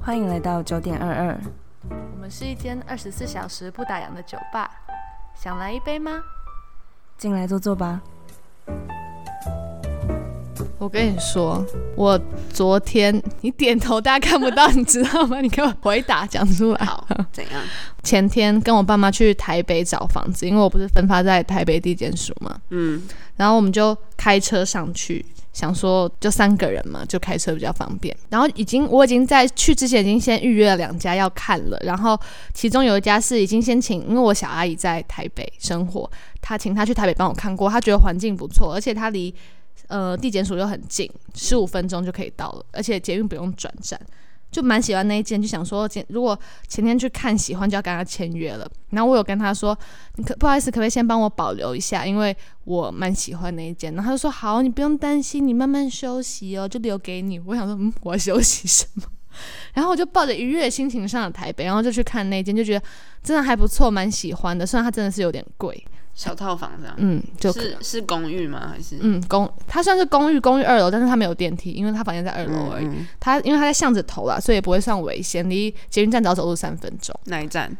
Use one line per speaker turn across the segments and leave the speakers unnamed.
欢迎来到九点二二，
我们是一间二十四小时不打烊的酒吧，想来一杯吗？
进来坐坐吧。
我跟你说，我昨天你点头，大家看不到，你知道吗？你给我回答讲出来。
好，怎样？
前天跟我爸妈去台北找房子，因为我不是分发在台北地检署嘛，
嗯，
然后我们就开车上去，想说就三个人嘛，就开车比较方便。然后已经我已经在去之前已经先预约了两家要看了，然后其中有一家是已经先请，因为我小阿姨在台北生活，她请她去台北帮我看过，她觉得环境不错，而且她离呃地检署又很近，十五分钟就可以到了，而且捷运不用转站。就蛮喜欢那一间，就想说，今如果前天去看喜欢，就要跟他签约了。然后我有跟他说，你可不好意思，可不可以先帮我保留一下？因为我蛮喜欢那一间。然后他就说好，你不用担心，你慢慢休息哦，就留给你。我想说，嗯，我要休息什么？ 然后我就抱着愉悦的心情上了台北，然后就去看那间，就觉得真的还不错，蛮喜欢的。虽然它真的是有点贵，
小套房这样，
嗯，就可
是是公寓吗？还是
嗯公，它算是公寓，公寓二楼，但是它没有电梯，因为它房间在二楼而已。
嗯嗯
它因为它在巷子头啦，所以也不会算危险，离捷运站只要走路三分钟。
哪一站？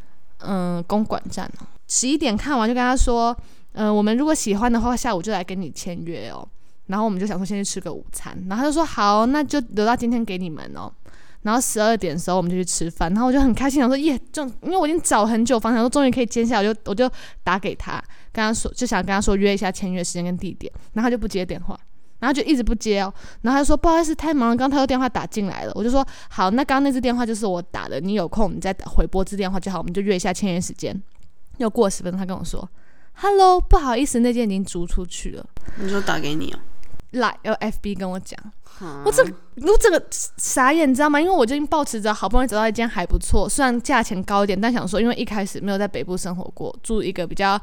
嗯，公馆站哦，十一点看完就跟他说，呃，我们如果喜欢的话，下午就来跟你签约哦。然后我们就想说先去吃个午餐，然后他就说好，那就留到今天给你们哦。然后十二点的时候我们就去吃饭，然后我就很开心，想说耶，就因为我已经找很久房，想说终于可以签下，我就我就打给他，跟他说就想跟他说约一下签约时间跟地点，然后他就不接电话，然后就一直不接哦，然后他就说不好意思太忙了，刚刚他有电话打进来了，我就说好，那刚刚那支电话就是我打的，你有空你再打回拨支电话就好，我们就约一下签约时间。又过十分钟，他跟我说，Hello，不好意思，那件已经租出去了。
你说打给你哦、
来，有 FB 跟我讲，我这我这个傻眼，你知道吗？因为我最近抱持着好不容易找到一间还不错，虽然价钱高一点，但想说，因为一开始没有在北部生活过，住一个比较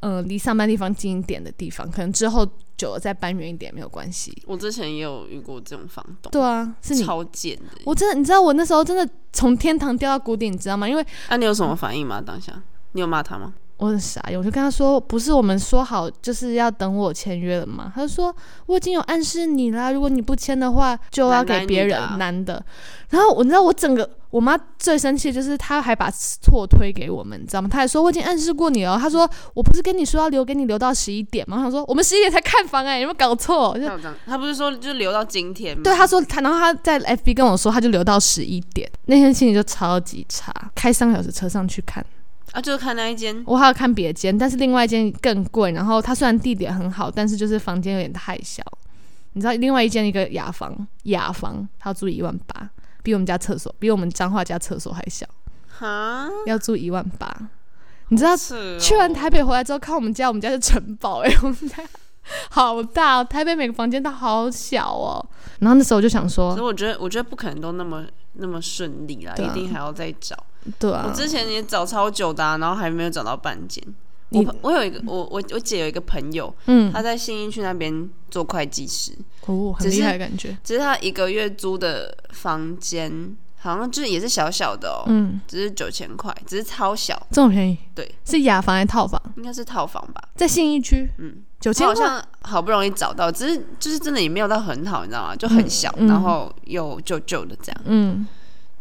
嗯、呃离上班地方近一点的地方，可能之后久了再搬远一点没有关系。
我之前也有遇过这种房东，
对啊，是你，
超贱的。
我真的，你知道我那时候真的从天堂掉到谷底，你知道吗？因为
那、啊你有什么反应吗？当下你有骂他吗？
我很傻眼，我就跟他说，不是我们说好就是要等我签约了吗？他就说我已经有暗示你啦，如果你不签的话，就要给别人
男的女的啊
男的。然后我你知道我整个我妈最生气的就是她还把错推给我们，你知道吗？她还说我已经暗示过你了，她说我不是跟你说要留给你留到十一点吗？她说我们十一点才看房哎、有没有搞错？就
他有这样，他不是说就留到今天吗？
对，他说他，然后他在 FB 跟我说，他就留到十一点，那天心情就超级差，开三个小时车上去看。
啊，就是看那一间，
我还有看别间，但是另外一间更贵。然后它虽然地点很好，但是就是房间有点太小。你知道，另外一间一个雅房，雅房它要租一万八，比我们家厕所，比我们彰化家厕所还小，
哈，哦
要租一万八。你知道，
是、
去完台北回来之后，看我们家，我们家是城堡哎、我们家好大、哦，台北每个房间都好小哦。然后那时候我就想
所以
说，
我觉得，我觉得不可能都那么那么顺利啦，
对啊
一定还要再找。
对
嗯我
啊，
之前也找超久的啊、然后还没有找到半间。我
你
朋我有一个我我我姐有一个朋友，
嗯，
她在信义区那边做会计师，
哦，很
只是
厉害的感觉，
只是她一个月租的房间好像就是也是小小的哦，
嗯，
只是九千块，只是超小，
这么便宜，
对，
是雅房还是套房？
应该是套房吧。
在信义区，
嗯，
九
我
千
好
块，
像好不容易找到，只是就是真的也没有到很好，你知道吗？就很小，
嗯嗯
然后又旧旧的这样，
嗯，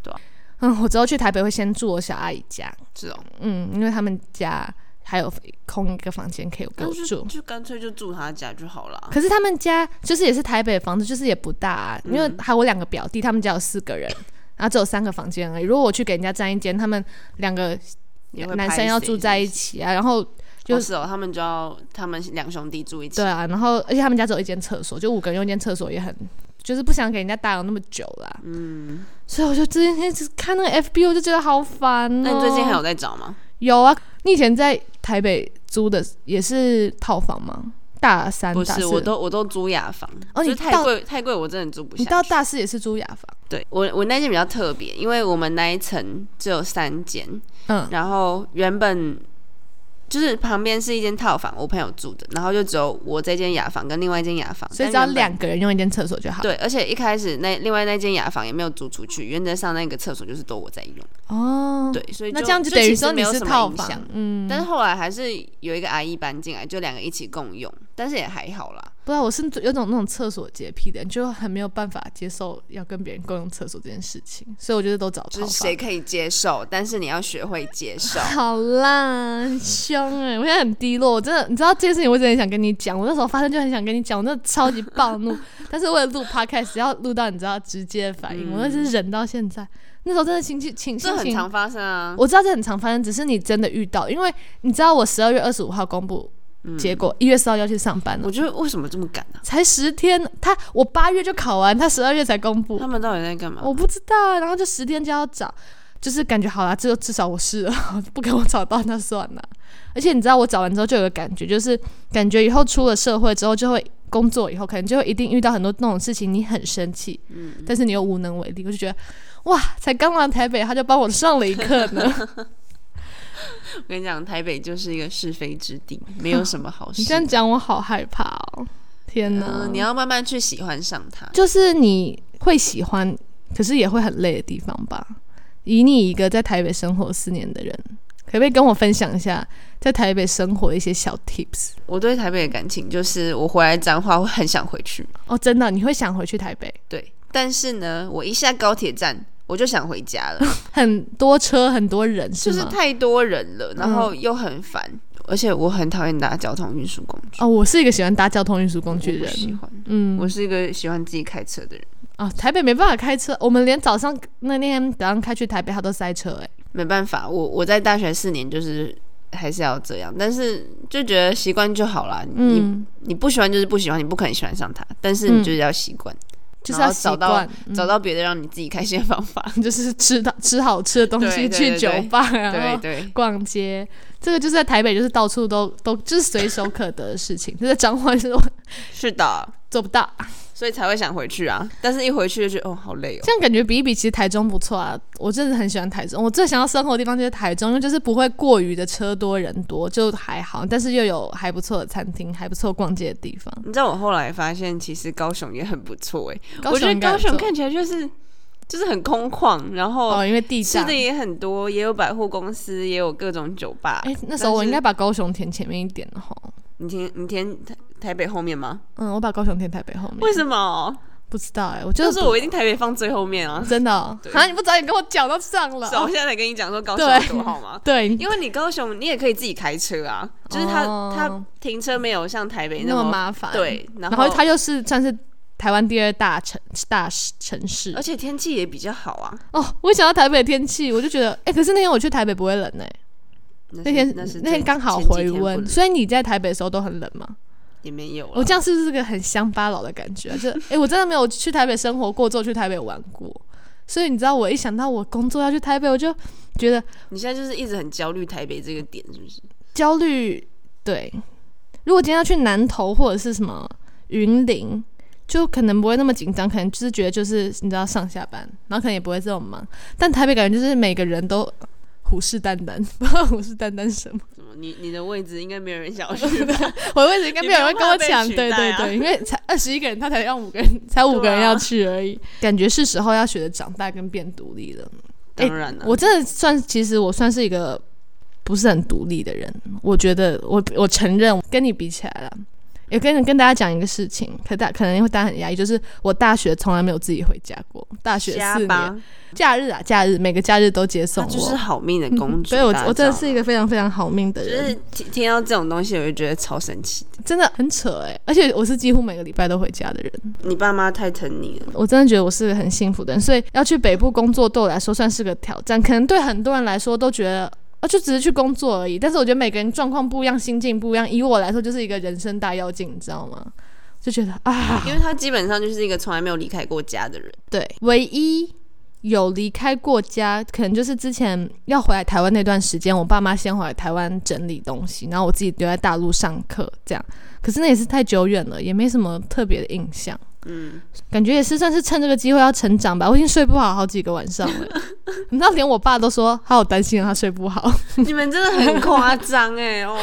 对啊
嗯，我之后去台北会先住我小阿姨家，
这种。
嗯，因为他们家还有空一个房间可以给
那
我
就
住。
就干脆就住他家就好了。
可是他们家就是也是台北房子，就是也不大、啊，因为
嗯
还有我两个表弟，他们家有四个 人，然后只有三个房间而已。如果我去给人家占一间，他们两个
也会
男
拍
生要
谁
住在一起啊，然后就
就是哦，他们就要他们两兄弟住一起。
对啊，然后而且他们家只有一间厕所，就五个人用一间厕所也很，就是不想给人家打扰那么久啦。
嗯，
所以我就今天只看那个 FB，我就觉得好烦、哦。
那你最近还有在找吗？
有啊？你以前在台北租的也是套房吗？大三
不
大
是，
四
我都我都租雅房，
哦你
就是太
到
贵太贵，我真的住不
你
下
到
去
大四也是租雅房，
对我我那间比较特别，因为我们那一层只有三间，
嗯，
然后原本就是旁边是一间套房，我朋友住的，然后就只有我这间雅房跟另外一间雅房，
所以只要
但原本
两个人用一间厕所就好。
对，而且一开始那另外那间雅房也没有租出去，原则上那个厕所就是都我在用，
哦，，
对，所以
那
就
这样
就
就等
其
于
实
说你
没有
是
什么
套
影
房
响，
嗯，
但是后来还是有一个阿姨搬进来，就两个一起共用，但是也还好啦。
不不知道我是有种那种厕所洁癖的人，就很没有办法接受要跟别人共用厕所这件事情，所以我觉得都找
就是
套
谁
房。
可以接受，但是你要学会接受。
好啦，很凶哎、我现在很低落，我真的，你知道这件事情，我真的很想跟你讲。我那时候发生就很想跟你讲，我真的超级暴 怒，但是为了录 podcast 要录到你知道直接反应，我那是忍到现在。那时候真的情绪情心
嗯这很
情
常发生啊，
我知道这很常发生，只是你真的遇到，因为你知道我十二月二十五号公布
嗯
结果，一、月四号要去上班了
我，觉得为什么这么赶啊呢、
才十天，他我八月就考完，他十二月才公布
他，们到底在干嘛？
我不知道啊，然后就十天就要找，就是感觉好啦，至至少我试了， 不给我找到那算了。而且你知道我找完之后就有个感觉，就是感觉以后出了社会之后就会工作以后，可能就会一定遇到很多那种事情，你很生气，
嗯
但是你又无能为力，我就觉得哇，才刚来台北他就帮我上了一课呢。
我跟你讲，台北就是一个是非之地，没有什么好 事。
你这样讲，我好害怕哦！天哪，
嗯，你要慢慢去喜欢上它。
就是你会喜欢，可是也会很累的地方吧？以你一个在台北生活四年的人，可不可以跟我分享一下在台北生活的一些小 tips？
我对台北的感情就是，我回来彰化，我很想回去。
哦，真的，你会想回去台北？
对，但是呢，我一下高铁站，我就想 回家了，
很多车，很多人，
就是是
吗？
太多人
嗯
了，然后又很烦，而且我很讨厌搭交通运输工具。
哦，我是一个喜欢搭交通运输工具
我
的
不喜
人。
欢，
嗯，
我是一个喜欢自己开车的人，
哦，台北没办法开车，我们连早上那天早上开去台北，它都塞车、欸，
没办法，我我在大学四年就是还是要这样，但是就觉得习惯就好啦。你
嗯，
你不喜欢就是不喜欢，你不可能喜欢上它，但是你就是要习惯，
就是要
然后
习
找到
惯，嗯
找到别的让你自己开心的方法。
就是吃到吃好吃的东西，
对对
去
对
酒吧，然
对
后
对，
逛街。这个就是在台北，就是到处都都就是随手可得的事情，就在彰化就是
是的，
做不到。
所以才会想回去啊。但是一回去就觉得哦，好累哦。
这样感觉比一比，其实台中不错啊，我真的很喜欢台中。我最想要生活的地方就是台中，因为就是不会过于的车多人多，就还好，但是又有还不错的餐厅，还不错逛街的地方。
你知道我后来发现，其实高雄也很不错哎、我
高
觉
雄
得
应该
高
不
雄
错
看起来就是就是很空旷，然后
哦，因为地
吃
价
的。也很多，也有百货公司，也有各种酒吧。
哎，那时候我
但是
应该把高雄填前面一点哦。
你填你填台台北后面吗？
嗯，我把高雄填台北后面。
为什么？
不知道哎、我就
就是是
嗯不
我一定台北放最后面 啊。
真的哦
对
啊！你不早点跟我讲到上了
是啊，我
哦
现在才跟你讲说高雄
对
有多好吗？
对，你
因为你高雄你也可以自己开车啊，就是它
哦
它停车没有像台北
那么
么
麻烦。，
对，然
然后它又是算是台湾第二大城大城市
而。且天气也比较好啊。
哦，我一想到台北的天气，我就觉得，哎、可是那天我去台北不会冷哎、那天
那是
那天刚好回温，所以你在台北的时候都很冷吗？
以也没有了。
我这样是不是个很乡巴佬的感觉啊？就哎、我真的没有去台北生活过，只有去台北玩过。所以你知道，我一想到我工作要去台北，我就觉得
你现在就是一直很焦虑台北这个点，是不是？
焦虑。对，如果今天要去南投或者是什么云林，就可能不会那么紧张，可能就是觉得就是你知道上下班，然后可能也不会这么忙。但台北感觉就是每个人都虎视眈眈， 不知道虎视眈眈是什么。
什么？你你的位置应该没有人想
哎
要去吧？
我的位置应该没有人会跟我抢，
你不
对
要怕被
对
取代啊
对，因为才二十一个人，他才让五个人，才五个人
对啊
要去而已。感觉是时候要学着长大跟变独立了。哎
当然了、
我真的算，其实我算是一个不是很独立的人。我觉得我我承认，跟你比起来了，也跟跟大家讲一个事情，可大可能会大家很压抑，就是我大学从来没有自己回家过，大学
瞎
四
吧
年，假日啊假日，每个假日都接送
她
我，
就是好命的公主。
所以我
大家
我真的
知道
是一个非常非常好命的
就
人，
是听听到这种东西，我就觉得超神奇的。
真的很扯哎、而且我是几乎每个礼拜都回家的人，
你爸妈太疼你了，
我真的觉得我是个很幸福的人，所以要去北部工作对我来说算是个挑战，可能对很多人来说都觉得。啊，就只是去工作而已，但是我觉得每个人状况不一样，心境不一样。以我来说，就是一个人生大跃进，你知道吗？就觉得啊，
因为他基本上就是一个从来没有离开过家 的人。
对，唯一有离开过家，可能就是之前要回来台湾那段时间，我爸妈先回来台湾整理东西，然后我自己留在大陆上课，这样。可是那也是太久远了，也没什么特别的印象。
嗯，
感觉也是算是趁这个机会要成长吧。我已经睡不好好几个晚上了，你知道，连我爸都说他好担心他睡不好。
你们真的很夸张哎哦！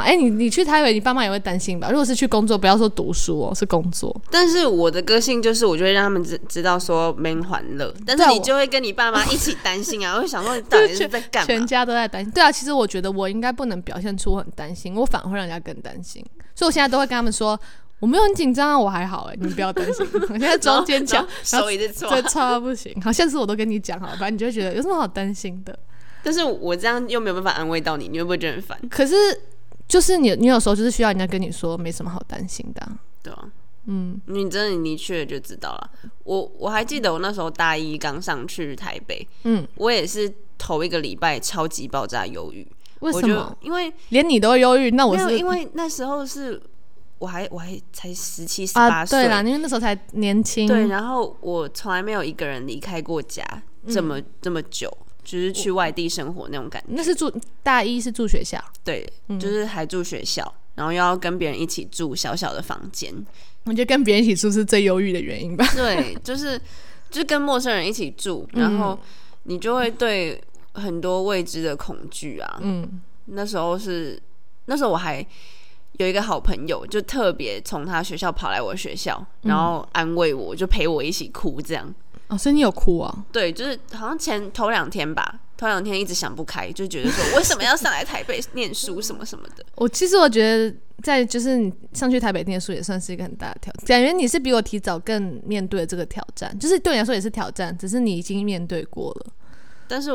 哎、你你去台北，你爸妈也会担心吧？如果是去工作，不要说读书哦，是工作。
但是我的个性就是，我就会让他们知知道说没欢乐，但是
对啊
你
我
就会跟你爸妈一起担 心啊，我会想说你到底是在干
全
嘛？
家都在担心。对啊，其实我觉觉得我应该不能表现出我很担心，我反而会让人家更担心。所以我现在都会跟他们说，我没有很紧张啊，我还好哎、你们不要担 心，我现在装坚强，然后
手一直搓
这。差到不行。好，下次我都跟你讲好了，反正你就会觉得有什么好担心的。
但是我这样又没有办法安慰到你，你会不会觉得很烦？
可是就是你，你有时候就是需要人家跟你说没什么好担心的啊、
对啊，
嗯，
你真的你去了就知道了。我我还记得我那时候大一刚上去台北，
嗯，
我也是头一个礼拜超级爆炸忧郁。
为
我
什
就
么？
因为
连你都会忧郁，那我
没有，
是
因为那时候是我还我还才十七十
啊，
八
对
岁，
啦，因为那时候才年轻，
对，然后我从来没有一个人离开过家这么、这么久，就是去外地生活那种感觉。
那是住大一是住学校，嗯
对，就是还住学校，然后又要跟别人一起住小小的房间。
我觉得跟别人一起住是最忧郁的原因吧。
对，就是就是跟陌生人一起住，然后你就会对很多未知的恐惧啊。
嗯，
那时候是那时候我还有一个好朋友，就特别从他学校跑来我学校，然后安慰我，就陪我一起哭这样。
哦，所以你有哭啊？
对，就是好像前头两天吧，头两天一直想不开，就觉得说为什么要上来台北念书什么什么的。
我其实我觉得，在就是你上去台北念书也算是一个很大的挑战，感觉你是比我提早更面对这个挑战，就是对你来说也是挑战，只是你已经面对过了。
但是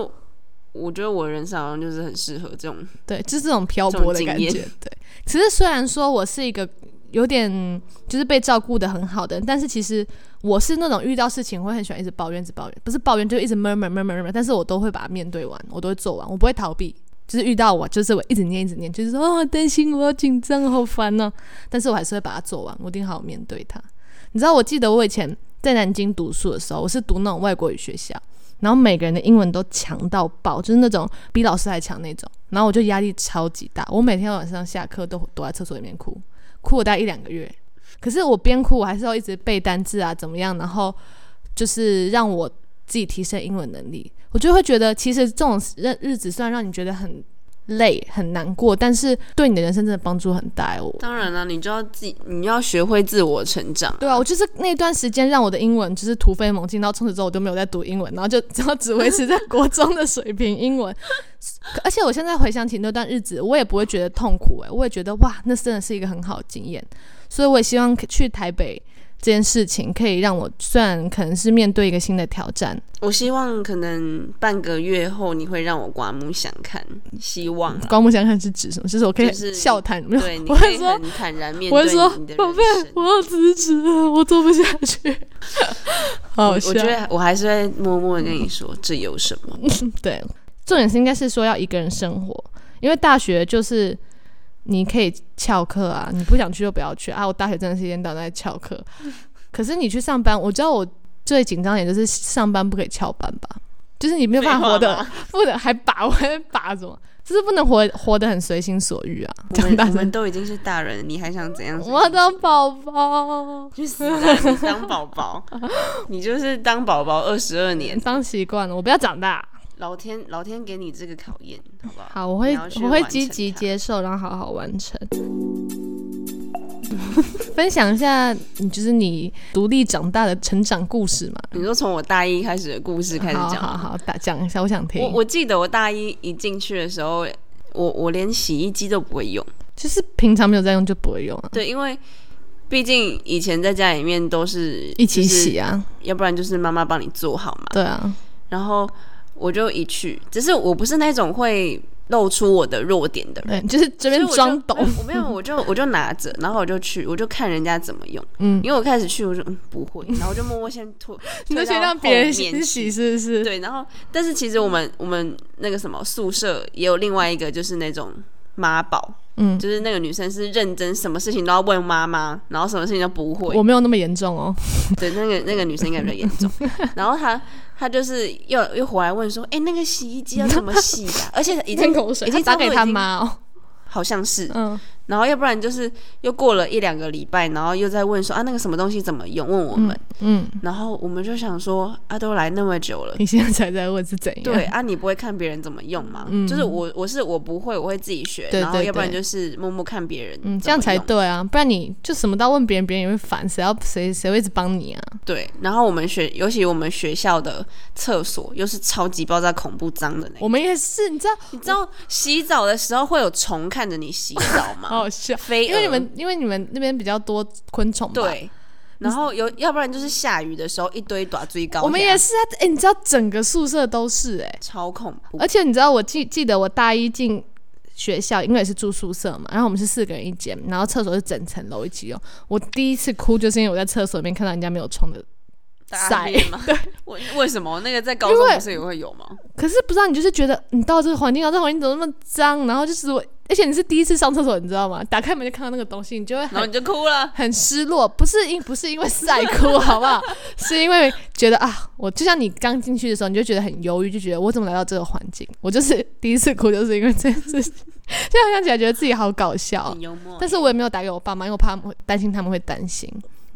我觉得我人生好像就是很适合这种，
对，就是这种漂泊的感
这种经
觉。对，其实虽然说我是一个有点就是被照顾的很好的人，但是其实我是那种遇到事情会很喜欢一直抱怨，一直抱怨，不是抱怨就一直 murmur murmur murmur，但是我都会把它面对完，我都会做完，我不会逃避。就是遇到我，就是我一直念一直念，就是说哦担心我，好紧张，好烦呢、但是我还是会把它做完，我一定好好面对它。你知道，我记得我以前在南京读书的时候，我是读那种外国语学校，然后每个人的英文都强到爆，就是那种比老师还强那种。然后我就压力超级大，我每天晚上下课都躲在厕所里面哭，哭了大概一两个月。可是我边哭，我还是要一直背单字啊，怎么样？然后就是让我自己提升英文能力。我就会觉得，其实这种日日子虽然让你觉得很累、很难过，但是对你的人生真的帮助很大、哦。
当然了、你就要自己，你要学会自我成长。
对啊，我就是那段时间让我的英文就是突飞猛进，到从此之后我都没有再读英文，然后就 只要只维持 在国中的水平英文。而且我现在回想起那段日子，我也不会觉得痛苦、欸，我也觉得哇，那真的是一个很好的经验。所以我也希望可去台北这件事情可以让我，虽然可能是面对一个新的挑战，
我希望可能半个月后你会让我刮目相看，希望啦。
刮目相看是指什么？就是我可以
就是
笑谈，没有
对，你
我
可
会
以
说。
很坦然面
我会说
对你的，
宝
人
贝，
生。
我要辞职了，我做不下去。 好好
我
笑。
觉得我还是会默默地跟你说，这有什么？
对，重点是应该是说要一个人生活，因为大学就是你可以翘课啊，你不想去就不要去啊。我大学真的是一天到晚在翘 课，可是你去上班，我知道我最紧张点就是上班不可以翘班吧，就是你没有办法活
废话
的， 不能还把我还把什么，就是不能活活得很随心所欲啊。
我
讲
们
大
我们
声，
都已经是大人了，你还想怎样？
我要当宝宝，
去死啊！你当宝宝，你就是当宝宝二十二年，
当习惯了，我不要长大。
老天老天给你这个考验，好不好？
好，我会
你要去
我会
完成
积极
它。
接受，然后好好完成。 分享一下，你就是你独立长大的成长故事嘛？
你说从我大一开始的故事开始
好
讲
好
吗，
好，打讲一下，我想听。
我我记得我大一一进去的时候，我我连洗衣机都不会用。
就是平常没有在用就不会用啊，
对，因为毕竟以前在家里面都是
一起，洗
就
啊，
是要不然就是妈妈帮你做好嘛。
对啊，
然后我就一去，只是我不是那种会露出我的弱点的人。
对，就是这边
所以我就
装懂
没，有我没有，我就我就拿着，然后我就去，我就看人家怎么用。
嗯，
因为我开始去，我就嗯不会，然后我就默默先拖，
你
推
就
到
先让别人
后面
先洗
去。
是不是？
对，然后但是其实我们我们那个什么宿舍也有另外一个，就是那种妈宝，
嗯，
就是那个女生是认真，什么事情都要问妈妈，然后什么事情都不会
我。没有那么严重哦，
对，那个那个女生应该比较严 重。然后她她就是又又回来问说：“哎、那个洗衣机要怎么洗呀、而且已 经
吞口水，
已经
他打
差不
给
多已
他
经
妈哦，
好像是，
嗯
然后要不然就是又过了一两个礼拜，然后又在问说啊那个什么东西怎么用，问我们，
嗯，
然后我们就想说啊都来那么久了，
你现在才在问是怎样？
对，啊你不会看别人怎么用吗？
嗯
就是我我是我不会，我会自己学，
对
然后
对
要不然
对
就是默默看别人，
嗯，这样才。对啊，不然你就什么都要问别人，别人也会烦，谁要谁谁会一直帮你啊？
对，然后我们学，尤其我们学校的厕所又是超级爆炸恐怖脏的那种
我们也是，你知道，
你知道洗澡的时候会有虫看着你洗澡吗？
好好笑。
飞
哦因
蛾
为你们因为你们那边比较多昆虫吧？，
对，然后有要不然就是下雨的时候一堆短锥高，
我们也是啊。哎、你知道整个宿舍都是哎、
超恐怖
而，且你知道我记记得我大一进学校，因为也是住宿舍嘛，然后我们是四个人一间，然后厕所是整层楼一起用。我第一次哭就是因为我在厕所里面看到人家没有冲的，
大
晒
家会吗？ 为为什么那个在高
因
中
为
不是也会有吗？
可是不知道你就是觉得你到这个环境，到这个环境怎么那么脏，然后就是我，而且你是第一次上厕所，你知道吗？打开门就看到那个东西，你就会
然后
很
你就哭了。
很失落，不是因不是因为晒哭，好不好？是因为觉得啊，我就像你刚进去的时候，你就觉得很忧郁，就觉得我怎么来到这个环境？我就是第一次哭，就是因为这件事情。现在想起来觉得自己好搞笑
很，幽默，
但是我也没有打给我爸妈，因为我怕他们会担心他们会担心，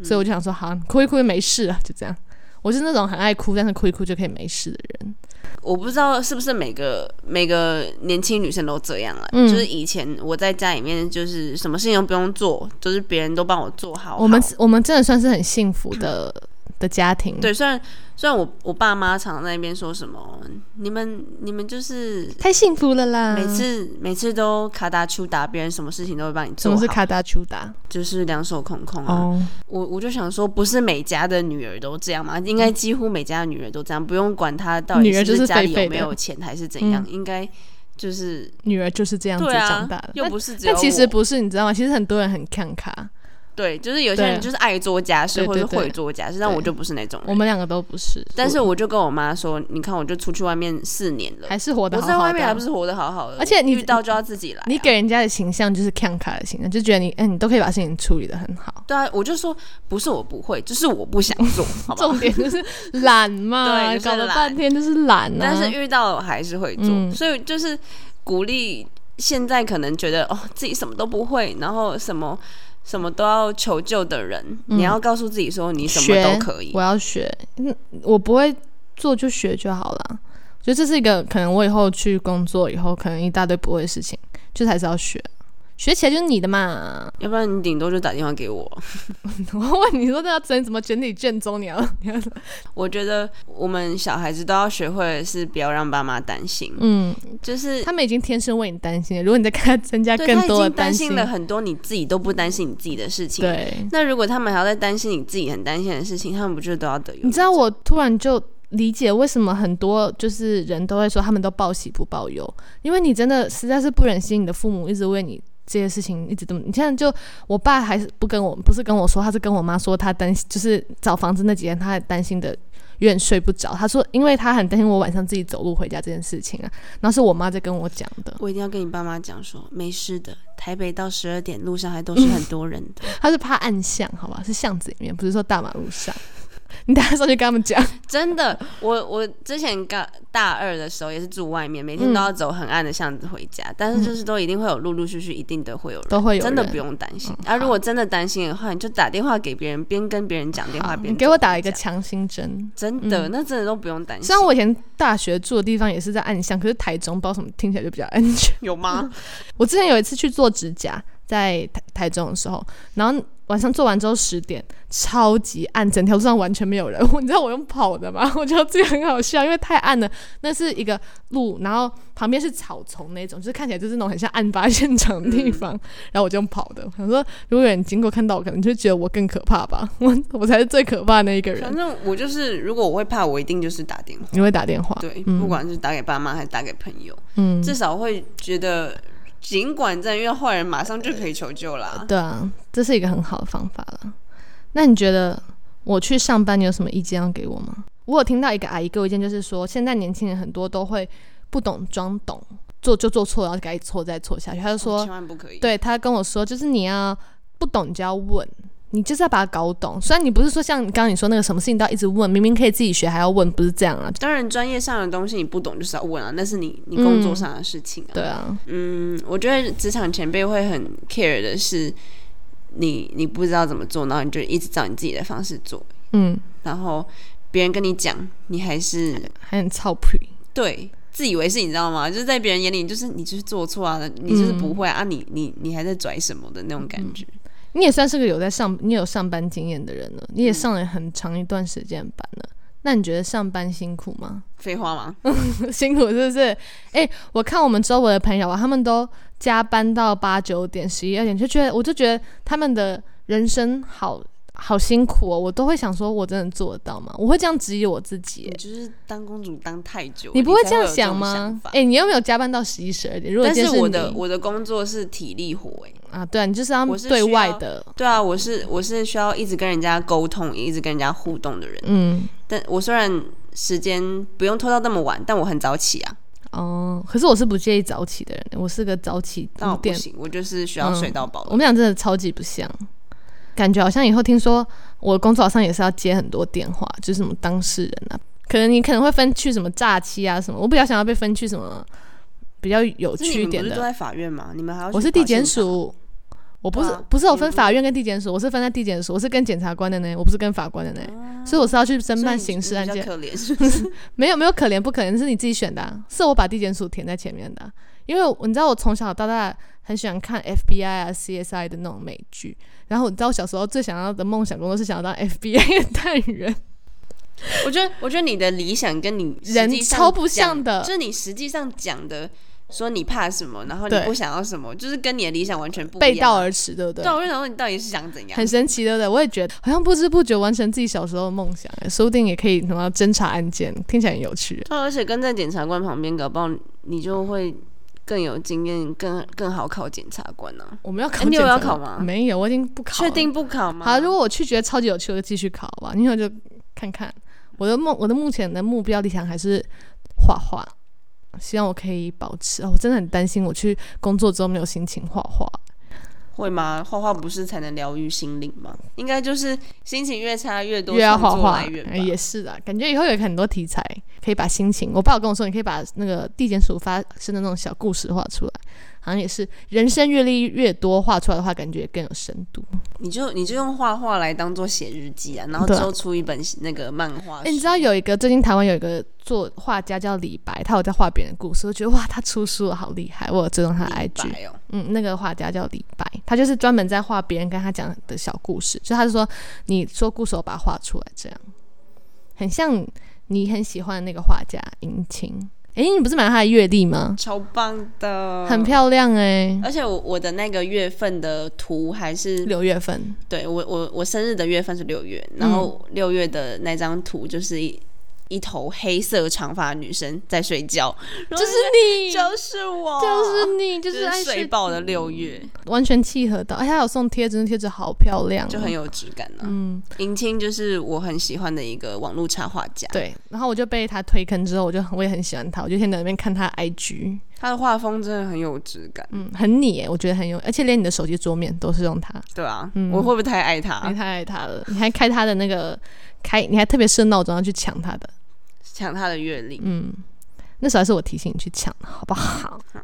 所以我就想说，好，哭一哭就没事了，就这样。我是那种很爱哭，但是哭一哭就可以没事的人。
我不知道是不是每个每个年轻女生都这样了、啊
嗯
就是以前我在家里面，就是什么事情都不用做，就是别人都帮我做好好。
我们我们真的算是很幸福的的家庭。
对，虽然虽然我我爸妈常常在那边说什么，你们你们就是
太幸福了啦！
每次、每次都卡达丘达，别人什么事情都会帮你
什
做
么
好，
是卡达丘达？
就是两手空空啊。
哦，
我我就想说，不是每家的女儿都这样嘛？应该几乎每家的女儿都这样，不用管她到底
女儿
不
就是
是家里
废废
有没
的嗯
有钱还是怎样，应该就是
女儿就是这样子
对啊，
长大的。
又
但
不是只有
但
我
其实不是，你知道吗？其实很多人很看卡，
对，就是有些
对
人就是爱做家事
对
或者是
对对
会做家事，但我就不是那种
我
人。
们两个都不是。
但是
我
我就跟我妈说，你看，我就出去外面四年了，
还是活得
我
好好的
在
啊。
外面还不是活得好好的，
而且你
遇到就要自己来啊、
你给人家的形象就是看卡的形象，就觉得你哎、你都可以把事情处理的很好。
对啊，我就说不是我不会，就是我不想 做，好不好？
重点就是懒嘛，
对就是
搞了
懒
半天就是懒、啊。
但是遇到我还是会做，
嗯
所以就是鼓励现在可能觉得哦自己什么都不会，然后什么什么都要求救的人，你要告诉自己说你什么
学
都可以
嗯我。要学，嗯，我不会做就学就好了。我觉得这是一个可能，我以后去工作以后，可能一大堆不会的事情，就是还是要学，学起来就是你的嘛。
要不然你顶多就打电话给我，
我问你说那要整怎么卷你卷宗，你要你要
我觉得我们小孩子都要学会的是不要让爸妈担心，
嗯，
就是
他们已经天生为你担心了，如果你再给他增加
对
更
他已
多的
经担
心
心，了很多你自己都不担心你自己的事情。，
对，
那如果他们还要再担心你自己很担心的事情，他们不就都要得忧郁症？
你知道我突然就理解为什么很多就是人都会说他们都报喜不报忧，因为你真的实在是不忍心你的父母一直为你。这些事情一直这么，你现在就我爸还是不跟我，不是跟我说，他是跟我妈说，他担心就是找房子那几天，他还担心的有点睡不着。他说，因为他很担心我晚上自己走路回家这件事情啊，然后是我妈在跟我讲的，
我一定要跟你爸妈讲说，没事的，台北到十二点路上还都是很多人 的，
他是怕暗巷，好吧，是巷子里面，不是说大马路 上。你等下上去跟他们讲，
真的。我我之前刚大二的时候也是住外面，每
嗯
天都要走很暗的巷子回家，但是就是都一定会有陆陆续续，一定都会有人。
都会有
真的
人
不用担心
嗯。
啊，如
好
果真的担心的话，你就打电话给别人，边跟别人讲电话
好
边
你嗯给我
走
打一个
回家
强心针。
真的，那真的都不用担心。
虽然我以前大学住的地方也是在暗巷，可是台中不知道什么听起来就比较安 全。
有吗？
我之前有一次去做指甲，在台台中的时候，然后晚上做完之后十点，超级暗，整条路上完全没有人。你知道我用跑的吗？我觉得这个很好笑，因为太暗了。那是一个路，然后旁边是草丛那种，就是看起来就是那种很像案发现场的地
嗯
方。然后我就用跑的，我想说如果有人经过看到我，可能就觉得我更可怕吧，我我才是最可怕的那一个
反
人。
正我就是，如果我会怕，我一定就是打电话。
你会打电话？
对，
嗯
不管是打给爸妈还是打给朋友，
嗯，
至少会觉得，尽管这样，因为坏人马上就可以求救啦。
对啊，这是一个很好的方法了。那你觉得我去上班，你有什么意见要给我吗？我有听到一个阿姨给我意见，就是说现在年轻人很多都会不懂装懂，做就做错，然后改错再错下去。他就说
千，万不可以。，
对他跟我说，就是你要不懂你就要问，你就是要把它搞懂。虽然你不是说像刚刚你说那个什么事情都要一直问，明明可以自己学还要问，不是这样啊？
当然专业上的东西你不懂就是要问啊，那是你你工作上的事情啊。
对啊，
嗯，我觉得职场前辈会很 care 的是，你你不知道怎么做，然后你就一直照你自己的方式做，
嗯，
然后别人跟你讲，你还是
还很操皮。
对，自以为是，你知道吗？就是在别人眼里，就是你就是做错啊，你就是不会啊，啊你你你还在拽什么的那种感觉。嗯
你也算是个有在上，你有上班经验的人了，你也上了很长一段时间班了。那那你觉得上班辛苦吗？
废话吗？
辛苦是不是？哎、我看我们周围的朋友啊，他们都加班到八九点、十一二点，就觉得我就觉得他们的人生好好辛苦哦。我都会想说，我真的做得到吗？我会这样质疑我自己
你
耶。
就是当公主当太久了，
你不会
才
这样
有种
吗
想？法
哎、你又没有加班到十一、十二点。如果
但
今天
是
是
我
你
的我的工作是体力活哎、
啊，对啊，你就是要
我是
对
需
外
要
的，
对啊，我是我是需要一直跟人家沟通，一直跟人家互动的人。
嗯，
但我虽然时间不用拖到那么晚，但我很早起啊，
哦。可是我是不介意早起的人，我是个早起
但
五
我不
点
行，我就是需要睡到饱的
我们俩真的超级不像，感觉好像以后听说我工作好像也是要接很多电话，就是什么当事人啊，可能你可能会分去什么诈欺啊什么，我比较想要被分去什么比较有
是
趣一点
你们不是都
的。
在法院吗？你们还要去
我是地
法
检
现场
署，我不是、
对啊
不是有分
你们
法院跟地检署，我是分在地检署，我是跟检察官的呢，我不是跟法官的呢，所以我是要去侦办刑事案
啊所以
件
你。你比较可怜 是不是？
没有没有可怜不可怜，是你自己选的啊、是我把地检署填在前面的啊、因为我你知道我从小到大很喜欢看 FBI 啊 CSI 的那种美剧，然后你知道我小时候最想要的梦想工作是想要当 FBI 的探员，
我觉得，我觉得你的理想跟你实际
人
上
超不
讲
像的
就是你实际上讲的，说你怕什么，然后你
对
不想要什么，就是跟你的理想完全不一样。
背道而驰，对不对？
对啊，我就想说你到底是想怎样？
很神奇，对不对？我也觉得好像不知不觉完成自己小时候的梦想，哎说不定也可以什么侦查案件，听起来很有趣。
对啊，而且跟在检察官旁边，搞不好你就会更有经验，更更好考检察官呢、啊。
我们要考
哎你有
检察
要考
官
吗
没有，我已经不考了。
确定不考吗？
好，如果我去觉得超级有趣，我就继续考吧。你以后就看看我的梦，我的目前的目标理想还是画画，希望我可以保持。哦，我真的很担心我去工作之后没有心情画画。
会吗？画画不是才能疗愈心灵吗？应该就是心情越差越多
越要
创
画
作
画
来源，吧
哎也是啊，感觉以后有很多题材可以把心情。我爸有跟我说，你可以把那个地检署发生的那种小故事画出来，好像也是人生阅历越多，画出来的话感觉更有深度。
你就你就用画画来当做写日记啊，然后之
对啊
后出一本那个漫画
哎、
书。
你知道有一个最近台湾有一个作画家叫李白，他有在画别人的故事，我觉得哇，他出书了好厉害，我有追踪他的
李
IG。
白哦，
嗯，那个画家叫李白，他就是专门在画别人跟他讲的小故事，就他就说你说故事我把它画出来，这样很像你很喜欢的那个画家殷勤。哎、你不是买了他的月历吗？
超棒的，
很漂亮哎、
而且我我的那个月份的图还是
六月份，
对我我我生日的月份是六月，然后
嗯
六月的那张图就是一一头黑色长发女生在睡觉，
就是你，就
就是我，
是你，嗯就
就是
爱
是
睡
睡爆的六月，
完全契合到。哎、他有送贴纸，那贴纸好漂亮、哦，
就很有质感啊。
嗯。
银青就是我很喜欢的一个网络插画家，
对，然后我就被他推坑之后，我就很我也很喜欢他，我就天天在那边看他的 IG，
他的画风真的很有质感，
嗯，很你耶，我觉得很有，而且连你的手机桌面都是用他，
对啊，
嗯
我会不会太爱他
你？太爱他了，你还开他的那个开，你还特别设闹钟要去抢他的，
抢他的阅历，
嗯，那时候还是我提醒你去抢的，好不好？
啊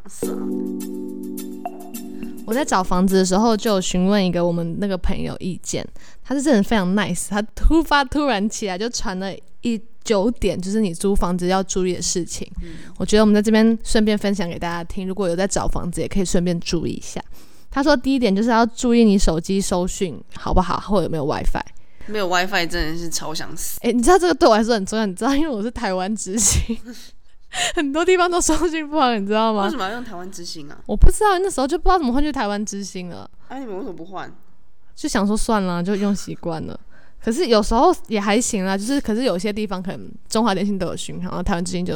我在找房子的时候，就有询问一个我们那个朋友意见，他是真的非常 nice，他突发突然起来就传了一九点，就是你租房子要注意的事情。
嗯
我觉得我们在这边顺便分享给大家听，如果有在找房子，也可以顺便注意一下。他说第一点就是要注意你手机收讯好不好，或有没有 WiFi。
没有 WiFi 真的是超想死。
哎、你知道这个对我来说很重要，你知道，因为我是台湾之星， 很多地方都收讯不好，你知道
为
吗
什？么要用台湾之星啊？
我不知道那时候就不知道怎么换去台湾之星了，
啊，你们为什么不换？
就想说算了，就用习惯了。可是有时候也还行啦，就是可是有些地方可能中华电信都有讯号，然后台湾之星就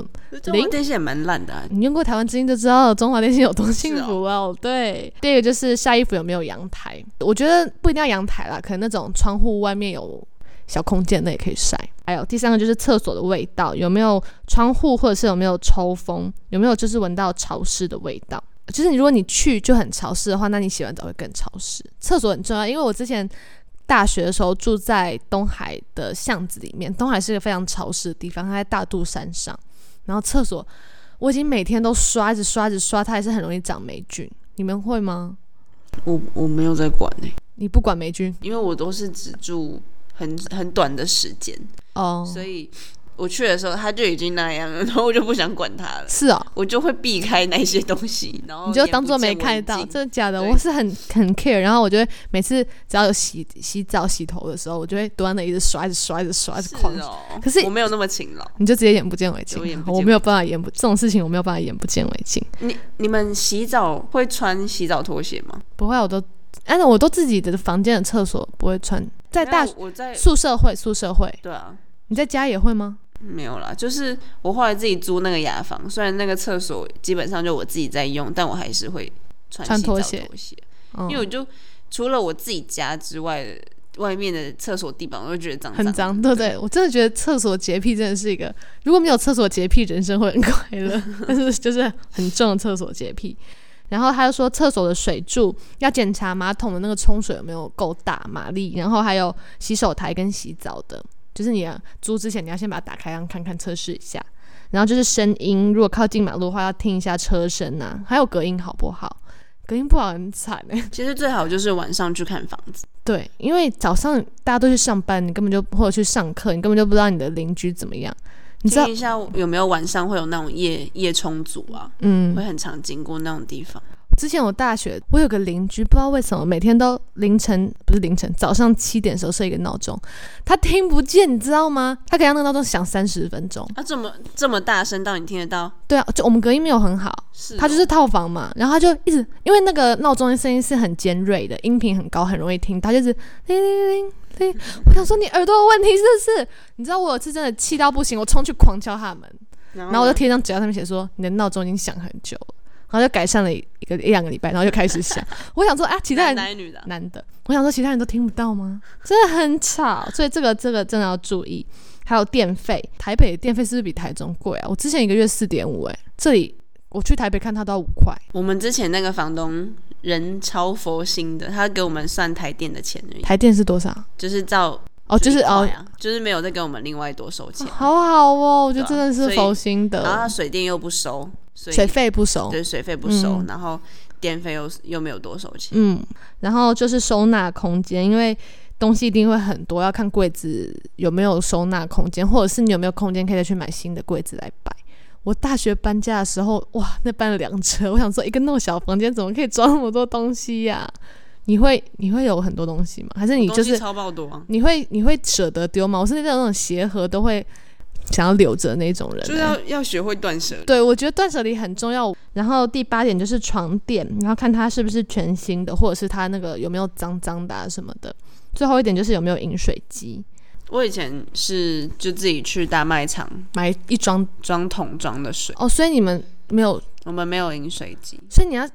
零电线也蛮烂的啊、
你用过台湾之星就知道中华电信有多幸福哦。对，第二个就是晒衣服有没有阳台，我觉得不一定要阳台啦，可能那种窗户外面有小空间那也可以晒。还有第三个就是厕所的味道，有没有窗户或者是有没有抽风，有没有就是闻到潮湿的味道。就是你如果你去就很潮湿的话，那你洗完澡会更潮湿。厕所很重要，因为我之前大学的时候住在东海的巷子里面，东海是一个非常潮湿的地方，它在大肚山上，然后厕所我已经每天都刷，一直刷，一直刷，它还是很容易长霉菌。你们会吗？
我我没有在管欸呢、
你不管霉菌
因为我都是只住很很短的时间，
哦，
所以我去的时候他就已经那样了，然后我就不想管他了，
是哦，
我就会避开那些东 西，然后
你就
哦眼
当
不
做没
见为
看到，
净
真的假的？
对
我是很很 care，然后我就会每次只要有洗洗澡、洗头的时候，我就会端着一直刷、一直刷、一直刷、一直
是
狂。
哦，
可是
我没有那么勤劳。
你就直接眼不见为净
就眼，不见
我没有办法眼不这种事情，我没有办法眼不见为净。
你你们洗澡会穿洗澡拖鞋吗？
不会，我都，但是我都自己的房间的厕所不会穿，在
没有
大
我在
宿舍会宿舍会，
对啊，
你在家也会吗？
没有啦，就是我后来自己租那个雅房，虽然那个厕所基本上就我自己在用，但我还是会穿
穿
洗澡
拖
拖
鞋嗯
因为我就除了我自己家之外，外面的厕所地板我就觉得脏
很
脏
脏，对不对？我真的觉得厕所洁癖真的是一个，如果没有厕所洁癖，人生会很快乐，但是就是很重的厕所洁癖。然后他就说，厕所的水柱要检查马桶的那个冲水有没有够大马力，然后还有洗手台跟洗澡的，就是你要租之前你要先把它打开，让看看测试一下。然后就是声音，如果靠近马路的话，要听一下车声呐、还有隔音好不好？隔音不好很惨哎、
的。其实最好就是晚上去看房子，
对，因为早上大家都去上班，你根本就或者去上课，你根本就不知道你的邻居怎么样。你知道
听，一下有没有晚上会有那种夜夜冲组啊，
嗯
会，很常经过那种地方。
之前我大学，我有个邻居，不知道为什么每天都凌晨不是凌晨，早上七点的时候设一个闹钟，他听不见，你知道吗？他给他那个闹钟响三十分钟。
啊，这么这么大声到你听得到？
对啊，就我们隔音没有很好，
是、哦
他就是。套房嘛，然后他就一直因为那个闹钟的声音是很尖锐的，音频很高，很容易听到，他就是叮铃铃铃铃。我想说你耳朵有问题是不是？你知道我有次真的气到不行，我冲去狂敲他门。
然
然后我就
呢
贴一张纸条，上面写说你的闹钟已经响很久了，然后就改善了一个一两个礼拜，然后就开始 响。我想说啊，其他
男
人
男女的啊、
男的，我想说其他人都听不到吗？真的很吵，所以这个这个真的要注意。还有电费，台北的电费是不是比台中贵啊？我之前一个月四点五，哎，这里我去台北看它都要五块，
我们之前那个房东人超佛心的，他给我们算台电的钱而已，
台电是多少？
就是照
哦，就是
一块
哦，
啊就是没有再给我们另外多收钱。
好好哦，我觉得真的是
对啊所以
佛心
然后他
的，
水电又不收，所以
水费不收。
对水费不收，
嗯
然后电费又又没有多收钱。
嗯，然后就是收纳空间，因为东西一定会很多，要看柜子有没有收纳空间，或者是你有没有空间可以再去买新的柜子来摆。我大学搬家的时候，哇，那搬了两车，我想说一个那么小房间怎么可以装那么多东西呀、 你会你会有很多东西吗？还是你
我
就
东西
是
超爆多啊、
你会你会舍得丢吗？我是那种那种鞋盒都会想要留着那种人、
就是要要学会断舍离。
对，我觉得断舍离很重要。然后第八点就是床垫，然后看它是不是全新的，或者是它那个有没有脏脏的、啊、什么的。最后一点就是有没有饮水机，
我以前是就自己去大卖场
买一装
装桶装的水，
哦。所以你们没有，
我们没有饮水机，
所以你要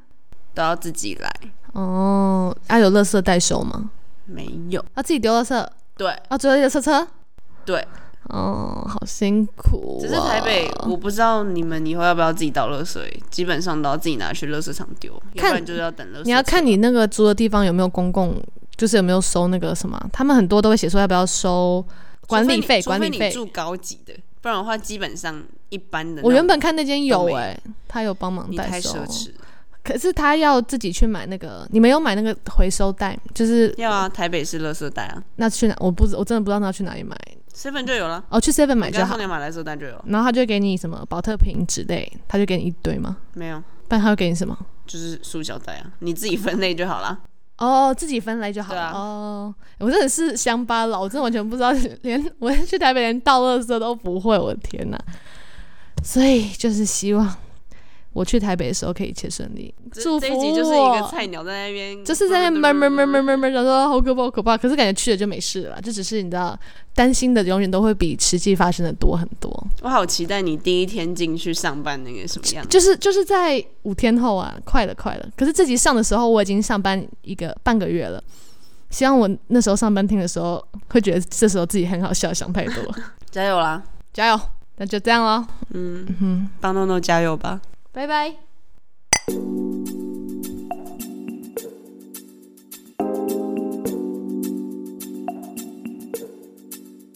都要自己来。
哦，要、有垃圾代收吗？啊
没有，
要自己丢垃圾，啊
对
要追垃圾车。
对，
哦，好辛苦、哦。
只是台北，我不知道你们以后要不要自己倒垃圾、基本上都要自己拿去垃圾场丢，要不
看
然就是要等垃圾车。
你要看你那个租的地方有没有公共，就是有没有收那个什么，他们很多都会写说要不要收管理费，
除非
管
你
理
除非
费
你。住高级的，不然的话基本上一般的那种。
我原本看那间有
都没有
哎、他有帮忙
你
代
太
收，
奢侈了，
可是他要自己去买那个，你们有买那个回收袋，就是
要啊，台北是垃圾袋啊
那去哪？我不知我真的不知道那要去哪里买，
，seven 就有了，
哦，去 Seven 买
你
就
刚
好
送。你买垃圾袋就有了，
然后他就会给你什么保特瓶之类，他就给你一堆嘛，
没有
不然他会给你什么？
就是塑胶袋啊，你自己分类就好啦。
哦，自己分类就好了。
对啊
哦，我真的是乡巴佬，我真的完全不知道， 连我去台北连倒垃圾都不会，我的天哪！所以就是希望我去台北的时候可以一切顺利，
这
祝福
这
我。
一集就是一个菜鸟在那边，
就是在那闷闷闷闷闷闷，想说啊好可怕好可怕，可是感觉去了就没事了啦，就只是你知道，担心的永远都会比实际发生的多很多。
我好期待你第一天进去上班那个什么样，
就是就是在五天后啊，快了快了。可是这集上的时候，我已经上班一个半个月了，希望我那时候上班听的时候，会觉得这时候自己很好笑，想太多了。
加油啦！
加油，那就这样喽，
嗯，
嗯哼，
帮诺诺加油吧。
拜拜。